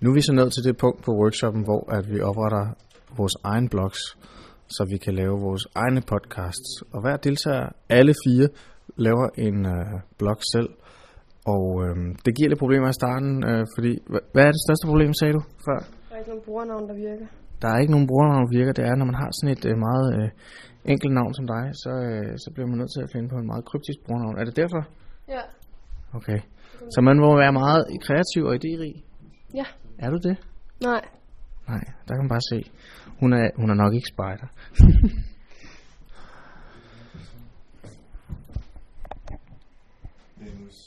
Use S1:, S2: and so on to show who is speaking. S1: Nu er vi så nået til det punkt på workshoppen, hvor at vi opretter vores egen blogs, så vi kan lave vores egne podcasts. Og hver deltager, alle fire, laver en øh, blog selv. Og øh, det giver lidt problemer i starten, øh, fordi... hva- Hvad er det største problem, sagde du før?
S2: Der er ikke nogen brugernavn, der virker.
S1: Der er ikke nogen brugernavn, der virker. Det er, når man har sådan et øh, meget øh, enkelt navn som dig, så, øh, så bliver man nødt til at finde på en meget kryptisk brugernavn. Er det derfor?
S2: Ja.
S1: Okay. Så man må være meget kreativ og idérig.
S2: Ja.
S1: Er du det?
S2: Nej.
S1: Nej, der kan man bare se. Hun er, hun er nok ikke spejder.